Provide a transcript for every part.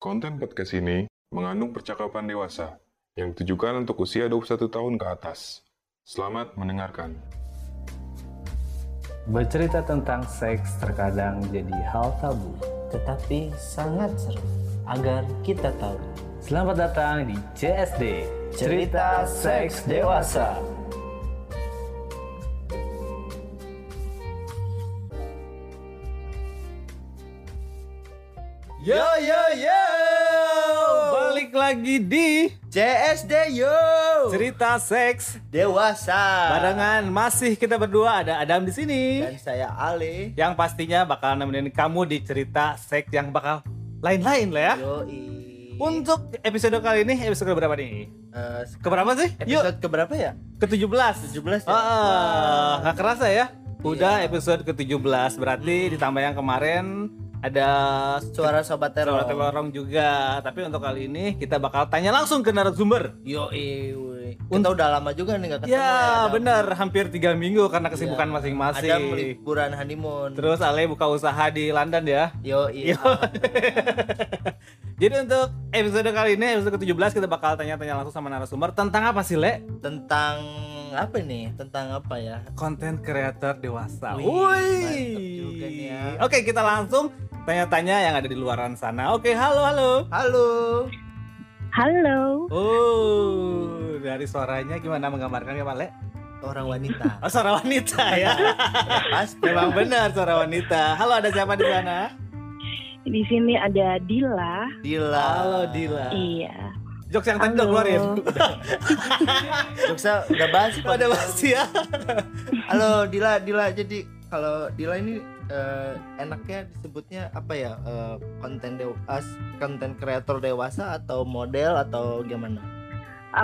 Konten podcast ini mengandung percakapan dewasa yang ditujukan untuk usia 21 tahun ke atas. Selamat mendengarkan. Bercerita tentang seks terkadang jadi hal tabu. tetapi sangat seru agar kita tahu Selamat datang di CSD, cerita seks dewasa. Yo yo yo, balik lagi di CSD yo cerita seks dewasa barengan masih kita berdua ada Adam di sini dan saya Ale. yang pastinya bakal nemenin kamu di cerita seks yang bakal lain-lain lah ya. Yoi. Untuk episode kali ini episode berapa nih? Eh, Keberapa sih? episode keberapa ya? ke-17. 17 ya? Iya. Ah, nggak kerasa ya. Udah episode ke-17 Hmm. berarti ditambah yang kemarin ada Suara sobat Suara teror. Terorong juga. Tapi untuk kali ini kita bakal tanya langsung ke narasumber. Yoi. woi. Kita udah lama juga nih nggak ketemu. Ya Adam. benar, hampir tiga minggu karena kesibukan Iya. masing-masing. Adam liburan honeymoon. Terus Ale buka usaha di London ya. Yoi. Ah, Yo. Jadi untuk episode kali ini, episode ke-17 kita bakal tanya-tanya langsung sama narasumber tentang apa sih Le? Tentang apa nih? Tentang apa ya? Konten kreator dewasa. Wih, mantep juga nih ya. Oke, kita langsung tanya-tanya yang ada di luaran sana. Oke, halo halo. Halo. Halo, Oh, dari suaranya gimana menggambarkan ya Pak Le? Orang wanita. Oh, suara wanita ya. Pasti. Memang benar suara wanita. Halo, ada siapa di sana? di sini ada Dila. Dila. Halo Dila. Iya. Jokes yang tadi udah Halo. keluarin. Joksa udah basi Pada pasti ya. Halo Dila, Dila. Jadi kalau Dila ini eh, enaknya disebutnya apa ya? Eh, konten dewas, konten kreator dewasa atau model atau gimana?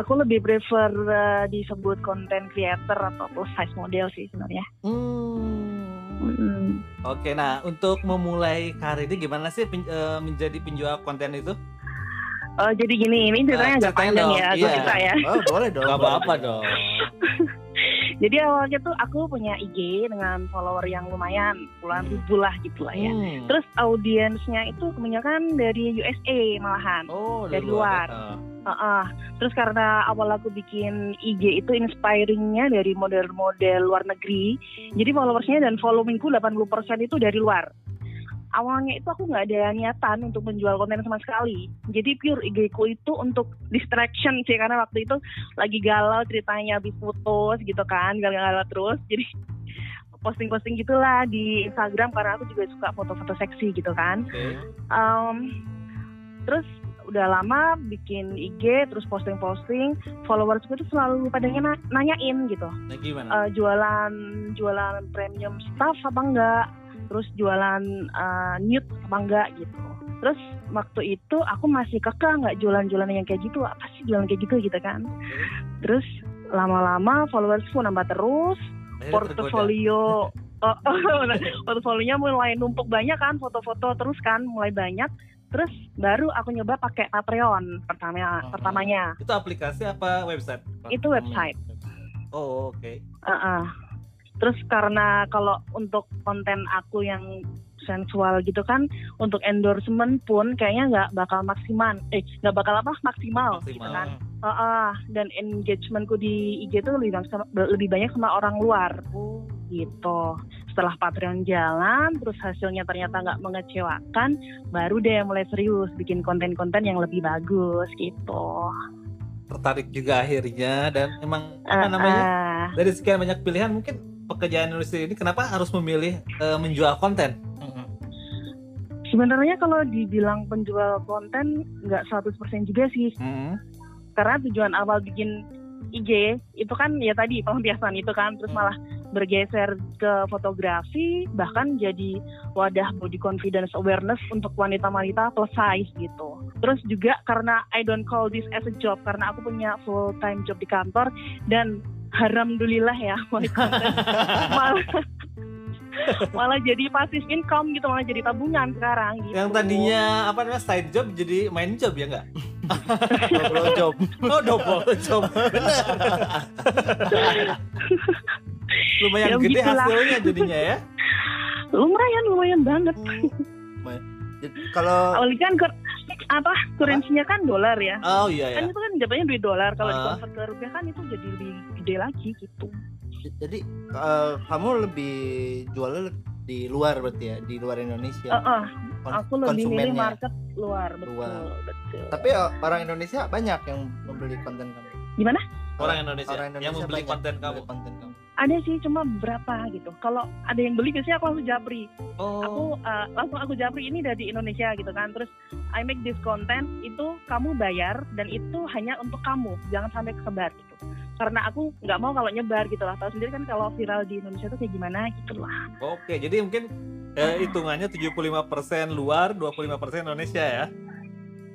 Aku lebih prefer eh, disebut content creator atau plus size model sih sebenarnya. Hmm. Mm-mm. Oke, nah untuk memulai karir ini gimana sih pen- eh, menjadi penjual konten itu? Eh, jadi gini, ini Ah, ceritanya agak ceritain panjang dong, ya, aku iya. cerita ya. Oh, boleh dong. Gak boleh. apa-apa dong. Jadi awalnya tuh aku punya IG dengan follower yang lumayan, puluhan Hmm. ribu lah gitu lah ya. Hmm. Terus audiensnya itu kebanyakan dari USA malahan. oh, dari luar. Eh, Heeh. Terus karena awal aku bikin IG itu inspiringnya dari model-model luar negeri. Jadi followersnya dan followingku 80% itu dari luar. Awalnya itu aku nggak ada niatan untuk menjual konten sama sekali. Jadi pure IG ku itu untuk distraction sih karena waktu itu lagi galau ceritanya habis putus gitu kan, galau-galau terus. Jadi posting-posting gitulah di Instagram karena aku juga suka foto-foto seksi gitu kan. Oke. Um, terus udah lama bikin IG, terus posting-posting, followers gue tuh selalu pada na- nanyain gitu, Nah, gimana? Eh, jualan jualan premium stuff apa enggak, terus jualan eh, nude apa enggak gitu. Terus waktu itu aku masih kekeh nggak jualan-jualan yang kayak gitu, apa sih jualan kayak gitu gitu kan. Terus lama-lama followers pun nambah terus, Akhirnya tergoda. portofolio oh, nah, portofolionya mulai numpuk banyak kan foto-foto terus kan mulai banyak terus baru aku nyoba pakai Patreon pertama Oh. pertamanya Itu aplikasi apa website? Itu website. Oh, oke. Heeh. terus karena kalau untuk konten aku yang sensual gitu kan untuk endorsement pun kayaknya nggak bakal maksimal eh nggak bakal apa maksimal, gitu Maksimal. kan Heeh, dan engagementku di IG tuh lebih banyak sama, lebih banyak sama orang luar Oh. gitu setelah Patreon jalan terus hasilnya ternyata nggak mengecewakan baru deh mulai serius bikin konten-konten yang lebih bagus gitu Tertarik juga akhirnya dan emang apa namanya? Ah, Dari sekian banyak pilihan mungkin pekerjaan industri ini kenapa harus memilih eh, menjual konten? Mm-mm. sebenarnya kalau dibilang penjual konten nggak 100% juga sih Hmm. karena tujuan awal bikin IG itu kan ya tadi pelampiasan itu kan terus malah bergeser ke fotografi bahkan jadi wadah body confidence awareness untuk wanita-wanita plus size gitu. Terus juga karena I don't call this as a job karena aku punya full time job di kantor dan alhamdulillah ya my content malah, malah jadi passive income gitu malah jadi tabungan sekarang gitu. Yang tadinya apa namanya side job jadi main job ya nggak? Double job. Oh double job bener. Lumayan Ya, gede begitulah. hasilnya jadinya ya. lumayan lumayan banget. Jadi Kalau Awalnya kan kur- apa kurensinya kan dolar ya. Oh iya ya. Kan itu kan dapatnya duit dolar kalau Ah. dikonvert ke rupiah kan itu jadi lebih gede lagi gitu. jadi eh, kamu lebih jualnya le- di luar berarti ya, di luar Indonesia. Heeh, Kon- Eh, aku lebih milih Iya. konsumennya. market luar, betul, Luar. betul. Tapi eh, orang Indonesia banyak yang membeli konten kamu. Gimana? Orang Indonesia, Orang yang membeli banyak konten membeli kamu. konten kamu. Ada sih cuma beberapa gitu. Kalau ada yang beli biasanya aku langsung japri. Oh. Aku Oh, eh, langsung aku japri ini dari Indonesia gitu kan. Terus I make this content itu kamu bayar dan itu hanya untuk kamu, jangan sampai kesebar gitu. Karena aku nggak mau kalau nyebar gitu lah. Tahu sendiri kan kalau viral di Indonesia tuh kayak gimana gitu lah. Oke, jadi mungkin eh, hitungannya 75% luar, 25% Indonesia ya.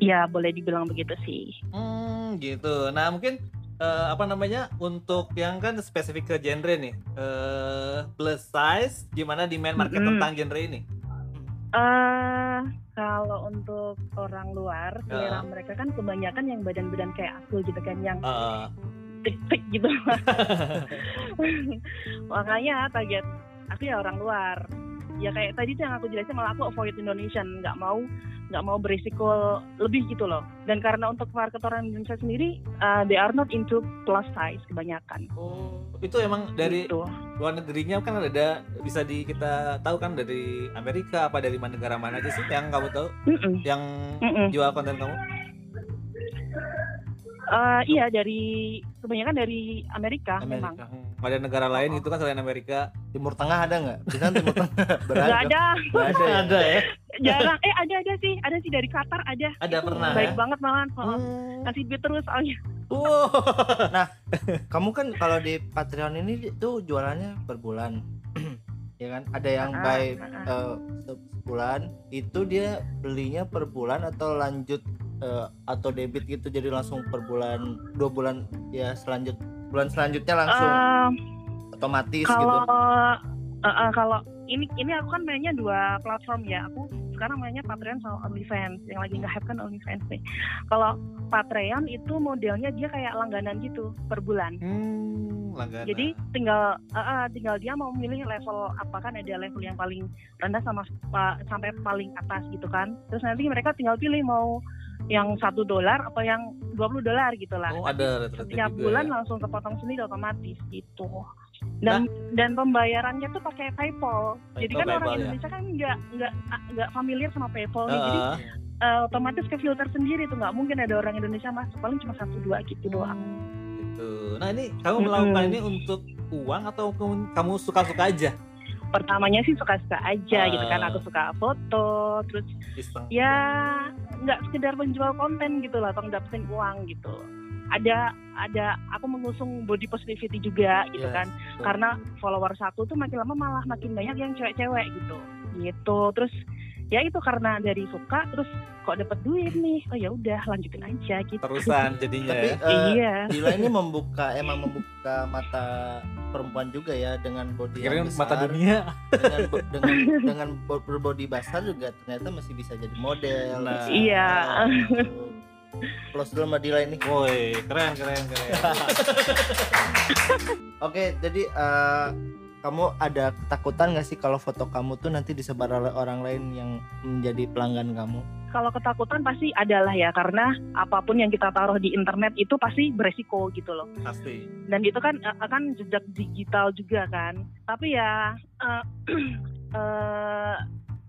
Ya boleh dibilang begitu sih. Hmm, gitu. Nah, mungkin eh, apa namanya? Untuk yang kan spesifik ke genre nih. Eh, plus size gimana demand market Mm-mm. tentang genre ini? eh kalau untuk orang luar, selera Ah. mereka kan kebanyakan yang badan-badan kayak aku gitu kan, yang Eh, tik-tik gitu. Makanya target aku ya orang luar. Ya kayak tadi tuh yang aku jelasin malah aku avoid Indonesian, nggak mau nggak mau berisiko lebih gitu loh. Dan karena untuk market orang Indonesia sendiri, eh, they are not into plus size kebanyakan. oh, itu emang dari Gitu. luar negerinya kan ada bisa di kita tahu kan dari Amerika apa dari mana negara mana aja sih yang kamu tahu Mm-mm, yang mm-mm. jual konten kamu? Eh, iya dari kebanyakan dari Amerika, Ah, memang. Amerika. Hmm, Ada negara lain gitu kan selain Amerika? Timur Tengah ada nggak? Di sana Timur Tengah beragam. Nggak ada. Nggak ada. ya? ya. jarang eh ada ada sih ada sih dari Qatar ada Ada Itu pernah, baik ya? banget malahan Heeh. Hmm. kasih duit terus soalnya Wow. Kamu kan kalau di Patreon ini tuh jualannya per bulan. ya kan? Ada yang Ah, ah, by eh, se- sebulan itu dia belinya per bulan atau lanjut eh, atau debit gitu jadi langsung per bulan dua bulan ya selanjut bulan selanjutnya langsung Ehm, otomatis gitu kalau gitu. eh, eh, kalau ini ini aku kan mainnya dua platform ya aku sekarang mainnya Patreon sama OnlyFans yang lagi nge-hype kan OnlyFans nih kalau Patreon itu modelnya dia kayak langganan gitu per bulan Hmm, langganan. Jadi tinggal eh, eh, tinggal dia mau milih level apa kan ada level yang paling rendah sama pa- sampai paling atas gitu kan. Terus nanti mereka tinggal pilih mau yang satu dolar atau yang 20 dolar gitu lah. oh ada rata-rata Setiap juga bulan ya. langsung kepotong sendiri otomatis gitu. Dan dan pembayarannya tuh pakai PayPal. Jadi PayPal, kan orang PayPal, ya. Indonesia kan nggak nggak nggak familiar sama PayPal nih. Jadi Heeh. eh, otomatis ke filter sendiri tuh nggak mungkin ada orang Indonesia masuk paling cuma satu dua gitu doang. gitu. Nah ini kamu Mm-mm. melakukan ini untuk uang atau kamu, kamu suka-suka aja? pertamanya sih suka-suka aja gitu kan Ah. aku suka foto terus Iseng. ya nggak sekedar menjual konten gitu loh atau dapetin uang gitu ada ada aku mengusung body positivity juga gitu Yes, kan betul. karena followers aku tuh makin lama malah makin banyak yang cewek-cewek gitu gitu terus ya itu karena dari suka terus kok dapet duit nih oh ya udah lanjutin aja gitu Terusan jadinya tapi ya. eh, iya Dila ini membuka emang membuka mata perempuan juga ya dengan body yang Kirain besar, mata dunia. dengan bo- dengan dengan bo- berbody besar juga ternyata masih bisa jadi model. Nah. Iya. Plus dulu sama Dila ini. Woi, keren keren keren. Oke, jadi eh, kamu ada ketakutan nggak sih kalau foto kamu tuh nanti disebar oleh orang lain yang menjadi pelanggan kamu? kalau ketakutan pasti adalah ya karena apapun yang kita taruh di internet itu pasti beresiko gitu loh Pasti. dan itu kan eh, akan jejak digital juga kan tapi ya eh, eh,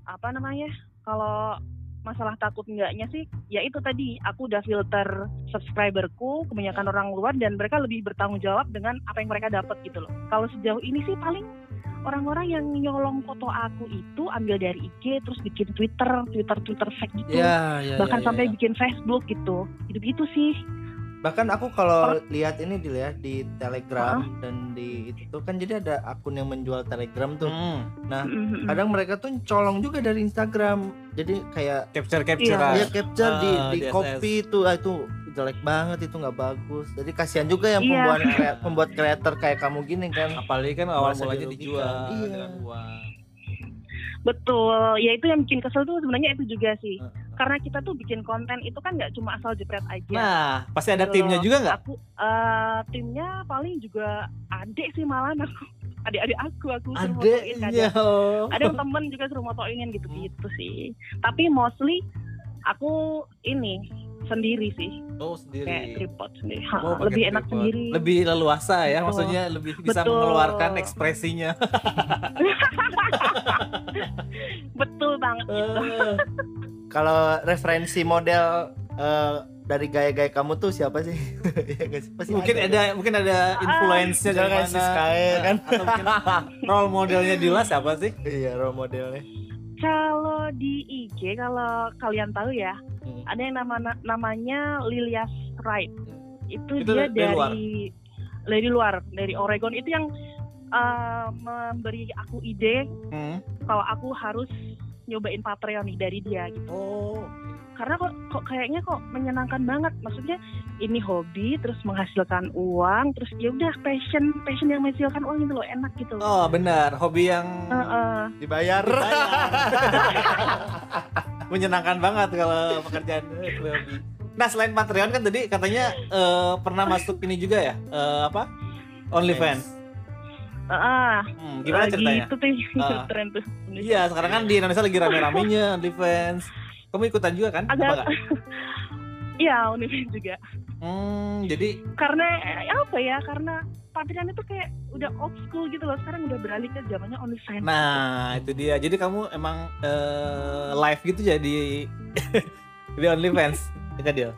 apa namanya kalau masalah takut enggaknya sih ya itu tadi aku udah filter subscriberku kebanyakan orang luar dan mereka lebih bertanggung jawab dengan apa yang mereka dapat gitu loh kalau sejauh ini sih paling orang-orang yang nyolong foto aku itu ambil dari IG terus bikin Twitter Iya, Twitter Twitter fake gitu ya. bahkan sampai bikin Facebook gitu gitu gitu sih bahkan aku kalau lihat ini dilihat di Telegram dan di itu tuh kan jadi ada akun yang menjual Telegram tuh Hmm, Mm-mm. kadang mereka tuh colong juga dari Instagram jadi kayak capture capturean Iya. dia Iya, capture di Iya, Ah, di DSS. copy itu ah, itu jelek banget itu nggak bagus jadi kasihan juga yang Iya. pembuat kre- pembuat creator kayak kamu gini kan Apalagi Iya. kan awal Malah mulanya jadi dijual rugikan. Iya. dengan uang. Betul, ya itu yang bikin kesel tuh sebenarnya itu juga sih. Heeh. Karena kita tuh bikin konten itu kan nggak cuma asal jepret aja. Nah, iya. pasti ada Gitu timnya loh. juga nggak? Iya. Aku eh, timnya paling juga adik sih malah aku. Adik-adik aku aku suruh fotoin Adeknya. kadang. Ada yang temen juga suruh motoinin Hmm. gitu-gitu sih. Tapi mostly aku ini sendiri sih, Oh, kayak sendiri. tripod sendiri. Ha, Oh, pakai lebih enak tripod. sendiri. Lebih leluasa ya, Betul. maksudnya lebih bisa Betul. mengeluarkan ekspresinya. Betul banget gitu. Eh, kalau referensi model eh, dari gaya-gaya kamu tuh siapa sih Ya nggak sih? Pasti kan? mungkin ada mungkin ada Ah, influence-nya iya. dari Jangan mana? sis kaya kan Atau mungkin role modelnya Dila siapa sih? iya role modelnya Kalau di IG kalau kalian tahu ya, Hmm. ada yang nama namanya Lilias Wright. Itu, Hmm. Itu dia dari dari luar? dari luar, dari Oregon. Itu yang eh, memberi aku ide Hmm. kalau aku harus nyobain Patreon nih dari dia gitu. Oh, Karena kok kok kayaknya kok menyenangkan banget. Maksudnya ini hobi terus menghasilkan uang, terus ya udah passion passion yang menghasilkan uang itu loh enak gitu loh. oh benar, hobi yang Heeh. dibayar menyenangkan banget kalau pekerjaan eh, hobi. Nah selain Patreon kan tadi katanya eh, pernah masuk ini juga ya eh, apa OnlyFans. Heeh. Hmm, gimana Lagi ceritanya? Itu tuh Ah. tren tuh. Iya sekarang kan di Indonesia lagi rame-ramenya OnlyFans. Kamu ikutan juga kan? Apa Agak- nggak? Iya, Univen juga. Hmm, jadi Karena eh, apa ya? Karena Patreon itu kayak udah old school gitu loh. Sekarang udah beralih ke zamannya OnlyFans. nah itu dia. Jadi kamu emang eh, live gitu jadi di OnlyFans. Itu dia.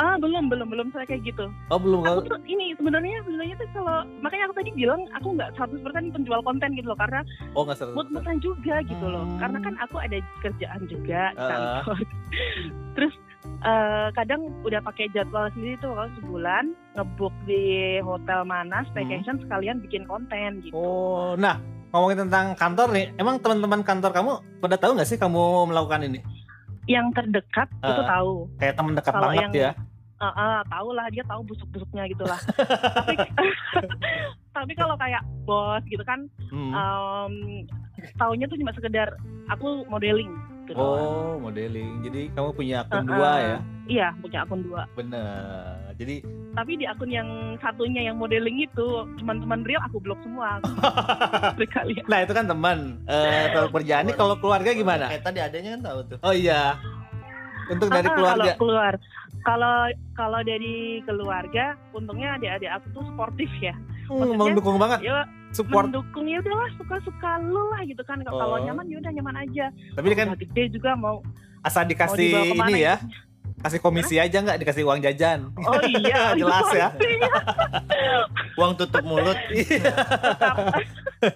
Ah, belum, belum, belum saya kayak gitu. Oh belum Aku tuh ini sebenarnya sebenarnya tuh kalau makanya aku tadi bilang aku nggak 100% penjual konten gitu loh karena Oh nggak seru. mut-mutan juga gitu loh. Hmm. Karena kan aku ada kerjaan juga di Ah. kantor. Terus eh, kadang udah pakai jadwal sendiri tuh kalau sebulan ngebook di hotel mana staycation sekalian bikin konten gitu. Hmm. Oh, nah ngomongin tentang kantor nih, emang teman-teman kantor kamu pada tahu nggak sih kamu melakukan ini? Yang terdekat itu Ah. tahu. Kayak teman dekat Kalau banget yang- ya. Ah, ah, tahu lah dia tahu busuk-busuknya gitu lah. tapi tapi kalau kayak bos gitu kan Hmm. em taunya tuh cuma sekedar aku modeling gitu. doang. oh, modeling. Jadi kamu punya akun Ah, dua ah. ya? Iya, punya akun dua. Bener. Jadi Tapi di akun yang satunya yang modeling itu teman-teman real aku blok semua. Berkali. nah itu kan teman. Iya, Eh, kalau kerjaan nih kalau keluarga gimana? kayak tadi adanya kan tahu tuh Oh iya. Untuk dari Ah, keluarga. Kalau keluar, kalau kalau dari keluarga, untungnya adik-adik aku tuh sportif ya. Hmm, maksudnya- mendukung banget Ya support. mendukung ya udahlah suka-suka lu lah gitu kan. Oh. Kalau nyaman ya udah nyaman aja. Tapi dia kan Udah gede juga mau asal dibawa dikasih kemana ini ya. Kasih komisi aja nggak dikasih uang jajan. Oh iya, itu Jelas ya. pastinya. uang tutup mulut Tetap,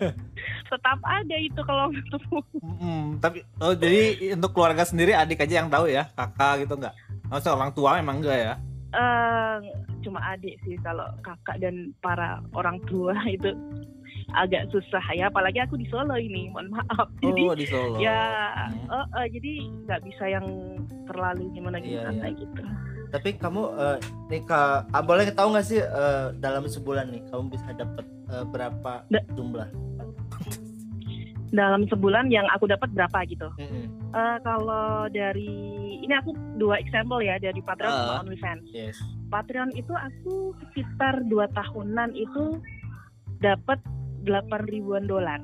tetap ada itu kalau ketemu. Mm, tapi oh jadi untuk keluarga sendiri adik aja yang tahu ya, kakak gitu nggak? Maksudnya orang tua memang enggak ya? Eh, cuma adik sih kalau kakak dan para orang tua itu agak susah ya. Apalagi aku di Solo ini, mohon maaf. Jadi oh di Solo. ya, Hmm. eh, eh, jadi nggak bisa yang terlalu gimana Iya, gimana iya. gitu. tapi kamu eh, nih kak ah, boleh tahu nggak sih eh, dalam sebulan nih kamu bisa dapat eh, berapa Da- jumlah Dalam sebulan yang aku dapat berapa gitu? Mm-mm. Eh, kalau dari ini aku dua example ya dari Patreon Ah. sama OnlyFans. yes Patreon itu aku sekitar 2 tahunan itu dapat 8 ribuan dolar.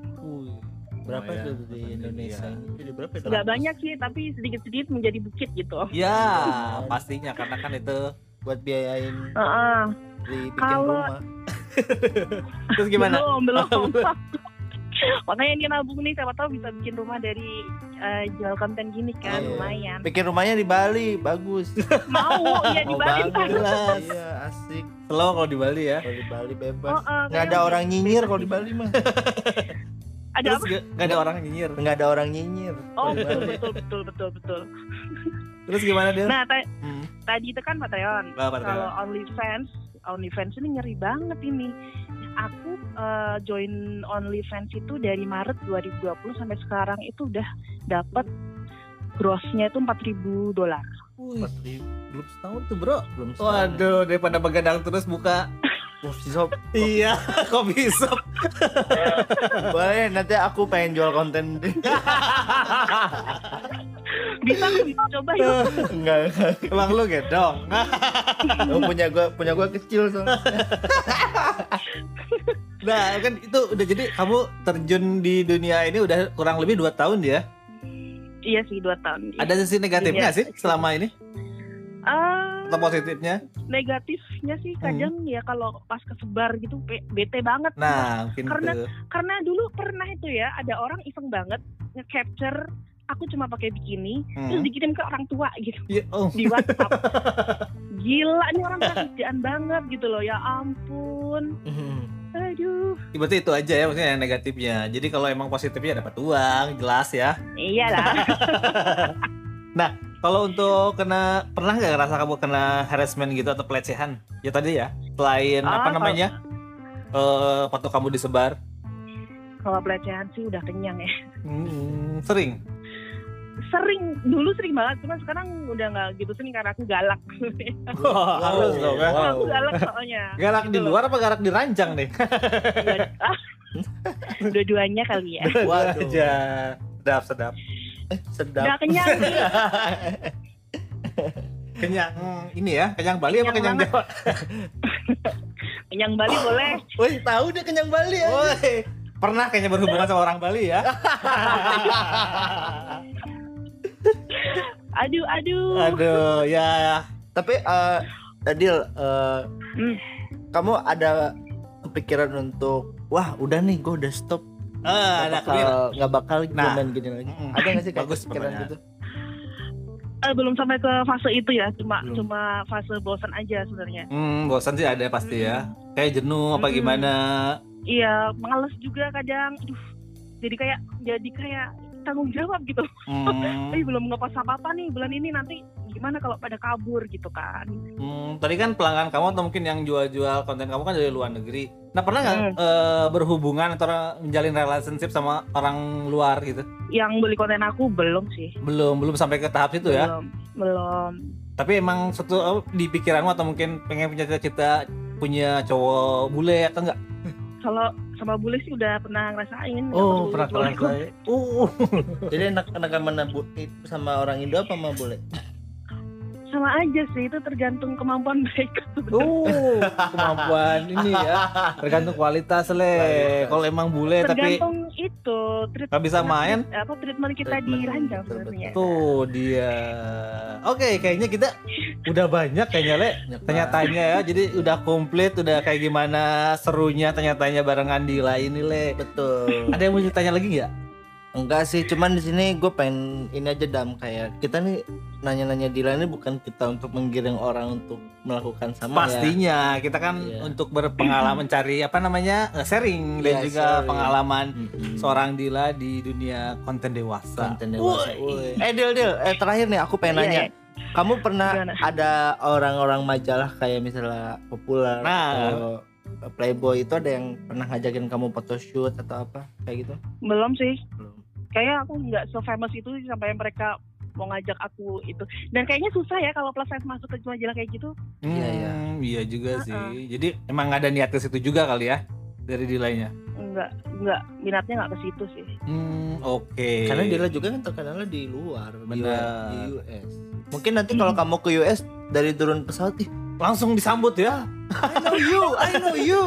berapa Lumayan, tuh di lumayan. Indonesia jadi berapa ya? Nggak 100? banyak sih, tapi sedikit-sedikit menjadi bukit gitu. Ya, Iya. pastinya karena kan itu buat biayain Heeh. dibikin Kalau- rumah terus gimana? Belum, belum. Makanya ini nabung nih, siapa tahu bisa bikin rumah dari eh, jual konten gini kan, Iya. lumayan. bikin rumahnya di Bali bagus Mau, ya di mau Bali. banget Jelas. iya asik Slow kalau di Bali ya. kalau di Bali bebas Oh, eh, nggak ada kayaknya orang nyinyir kalau di Bali mah Ada Terus apa? nggak nggak ada orang nyinyir. nggak ada orang nyinyir Oh, betul, betul, betul, betul, betul. Terus gimana dia? Nah, ta- Hmm. tadi itu kan Patreon. Nah, Patreon. Kalau OnlyFans, OnlyFans ini nyeri banget ini. Aku eh, join OnlyFans itu dari Maret 2020 sampai sekarang itu udah dapat grossnya itu 4000 dolar. Wih. 4000 belum setahun tuh bro belum setahun Waduh, daripada begadang terus buka. Coffee shop Iya, kopi shop. boleh nanti aku pengen jual konten Bisa aku bisa coba ya? yuk. enggak enggak Emang lu gedong. Oh, punya gua punya gua kecil soalnya Nah, kan itu udah jadi kamu terjun di dunia ini udah kurang lebih 2 tahun ya. Iya sih dua tahun. Ada sisi negatifnya Iya. sih selama ini Eh, atau positifnya? negatifnya sih kadang ya kalau pas kesebar gitu be- bete banget. Hmm. Nah, mungkin Karena- itu. karena dulu pernah itu ya ada orang iseng banget nge-capture aku cuma pakai bikini terus Hmm. dikirim ke orang tua gitu Ya, oh. di WhatsApp gila nih orang kerjaan banget gitu loh ya ampun Hmm. aduh Berarti itu aja ya maksudnya yang negatifnya. Jadi kalau emang positifnya dapat uang, jelas ya. iyalah Kalau untuk kena pernah nggak ngerasa kamu kena harassment gitu atau pelecehan? Ya tadi ya. Selain Ah, apa kalau- namanya? Eh foto kamu disebar. kalau pelecehan sih udah kenyang ya Hmm, sering. sering dulu sering banget cuma sekarang udah nggak gitu sering karena aku galak Harus dong. kan? Karena aku galak soalnya Garak di Gitu loh. luar apa garak di ranjang nih? Dua- ah, dua-duanya kali ya Waduh. aja. Sedap, sedap. Eh, sedap udah kenyang nih. Kenyang ini ya, kenyang Bali apa kenyang Kenyang Jawa? kenyang Bali boleh woi tahu dia kenyang Bali ya Woi, pernah kayaknya berhubungan sama orang Bali ya? aduh aduh Aduh, ya. tapi eh Adil eh, Hmm. kamu ada kepikiran untuk wah udah nih gua udah stop Eh, nggak ada bakal kepira- nggak bakal gua Nah. main gini lagi Mm-mm. ada nggak sih kayak Bagus kepikiran pertanyaan. gitu Eh, belum sampai ke fase itu ya cuma Belum. cuma fase bosan aja sebenarnya Hmm, bosan sih ada pasti ya. Kayak jenuh apa Mm-mm. gimana? iya males juga kadang aduh jadi kayak jadi kayak tanggung jawab gitu Hmm, eh belum ngepost apa apa nih bulan ini nanti gimana kalau pada kabur gitu kan hmm, tadi kan pelanggan kamu atau mungkin yang jual-jual konten kamu kan dari luar negeri. Nah, pernah nggak eh, berhubungan atau menjalin relationship sama orang luar gitu? yang beli konten aku belum sih Belum, belum sampai ke tahap itu ya. belum belum Tapi emang suatu apa, di pikiranmu atau mungkin pengen punya cita-cita punya cowok bule atau enggak? kalau sama bule sih udah pernah ngerasain nggak Oh, perlu jual. Uh, jadi enak enak mana bu sama orang Indo apa sama boleh sama aja sih itu tergantung kemampuan mereka uh, kemampuan ini ya. Tergantung kualitas le. Kualitas. Kalau emang bule tapi tergantung itu treat- nggak bisa main. apa treatment kita Treatment, di ranjang betul, sebenarnya Tuh dia. Oke, kayaknya kita udah banyak kayaknya le. Tanya-tanya ya. Jadi udah komplit, udah kayak gimana serunya tanya-tanya barengan Dila ini le. betul Ada yang mau ditanya lagi nggak? Enggak sih, cuman di sini gue pengen ini aja dam kayak kita nih nanya-nanya Dila ini bukan kita untuk menggiring orang untuk melakukan sama ya. Pastinya kita kan Iya. untuk berpengalaman cari apa namanya eh, sharing dan Iya, juga sharing. pengalaman Mm-mm. seorang Dila di dunia konten dewasa. konten dewasa. Woi. Eh Dil Dil, eh terakhir nih aku pengen Iya, nanya. iya. Kamu pernah Gimana? ada orang-orang majalah kayak misalnya populer Nah. atau Playboy itu ada yang pernah ngajakin kamu photoshoot atau apa kayak gitu? belum sih Belum. kayak aku nggak se-famous itu sih sampai mereka mau ngajak aku itu dan kayaknya susah ya kalau plus size masuk ke majalah kayak gitu Hmm, Iya, iya. iya juga sih. Uh-uh. Jadi emang nggak ada niat ke situ juga kali ya dari Dilanya. nggak nggak minatnya nggak ke situ sih Hmm, oke. Karena Dila juga kan terkenalnya di luar, di Benar. US- di US. Mungkin nanti kalau kamu ke US dari turun pesawat ih, langsung disambut ya. I know you, I know you.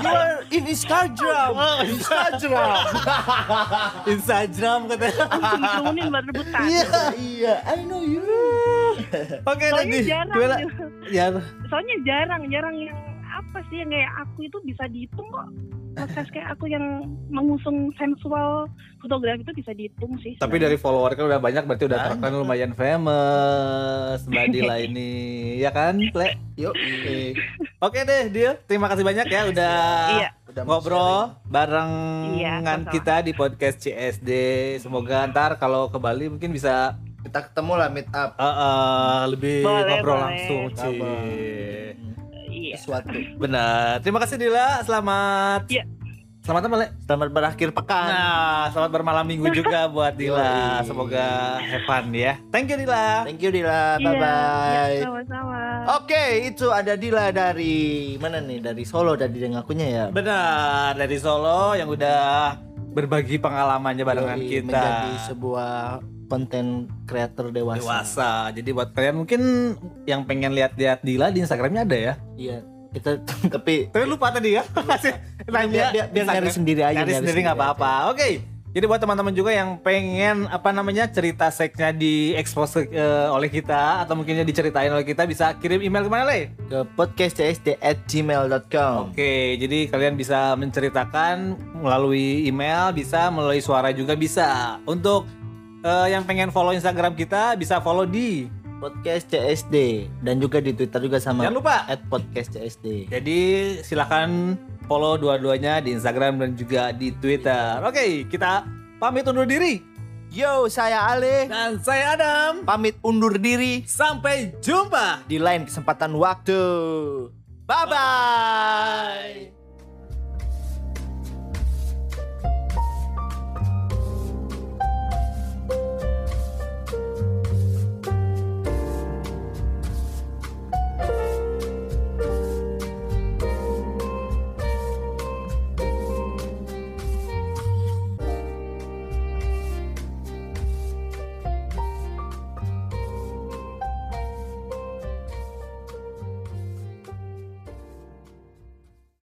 You are in Instagram. Oh, Instagram. Instagram katanya. langsung diturunin buat rebutan Iya, iya, I know you. Oke soalnya lagi. jarang Dila. gitu. Ya. soalnya jarang jarang yang apa sih yang kayak aku itu bisa dihitung kok plus size kayak aku yang mengusung sensual fotografi itu bisa dihitung sih Tapi dari follower kan udah banyak berarti udah Banyak. terkenal lumayan famous Mbak Dila ini. Ya kan, Le? Yuk, eh, Oke deh, Dil. Terima kasih banyak ya udah iya udah mau ngobrol barengan Iya, sama-sama. kita di podcast CSD. Semoga ntar kalau ke Bali mungkin bisa kita ketemu lah meet up Eh, eh, lebih Boleh, ngobrol boleh. langsung Ci. Ngobrol. Iya. sesuatu. Benar. Terima kasih Dila. Selamat. Iya. Selamat apa, Le? Selamat berakhir pekan. Nah, selamat bermalam minggu juga buat Dila. Yoi. Semoga have fun ya. Thank you Dila. Thank you Dila, bye Iya, bye. iya, sama-sama. Oke, itu ada Dila dari mana nih? Dari Solo tadi dia ngakunya ya. Benar dari Solo yang udah berbagi pengalamannya barengan Yoi, kita. menjadi sebuah konten creator dewasa. dewasa. Jadi buat kalian mungkin yang pengen lihat-lihat Dila di Instagramnya ada ya. Iya, kita tapi Tapi lupa tadi ya. Kasih biar, nanya biar, biar nyari Instagram. sendiri aja. Nyari sendiri nggak apa-apa. Oke. Jadi buat teman-teman juga yang pengen apa namanya cerita seksnya diekspos eh, oleh kita atau mungkinnya diceritain oleh kita bisa kirim email kemana Le? Ke podcastcsd@gmail.com. Oke, jadi kalian bisa menceritakan melalui email, bisa melalui suara juga bisa. Untuk eh, yang pengen follow Instagram kita bisa follow di. Podcast CSD dan juga di Twitter juga sama Jangan lupa. at podcast CSD. Jadi silahkan follow dua-duanya di Instagram dan juga di Twitter. Oke, kita pamit undur diri. Yo, saya Ale Dan saya Adam. pamit undur diri Sampai jumpa. di lain kesempatan waktu. Bye bye.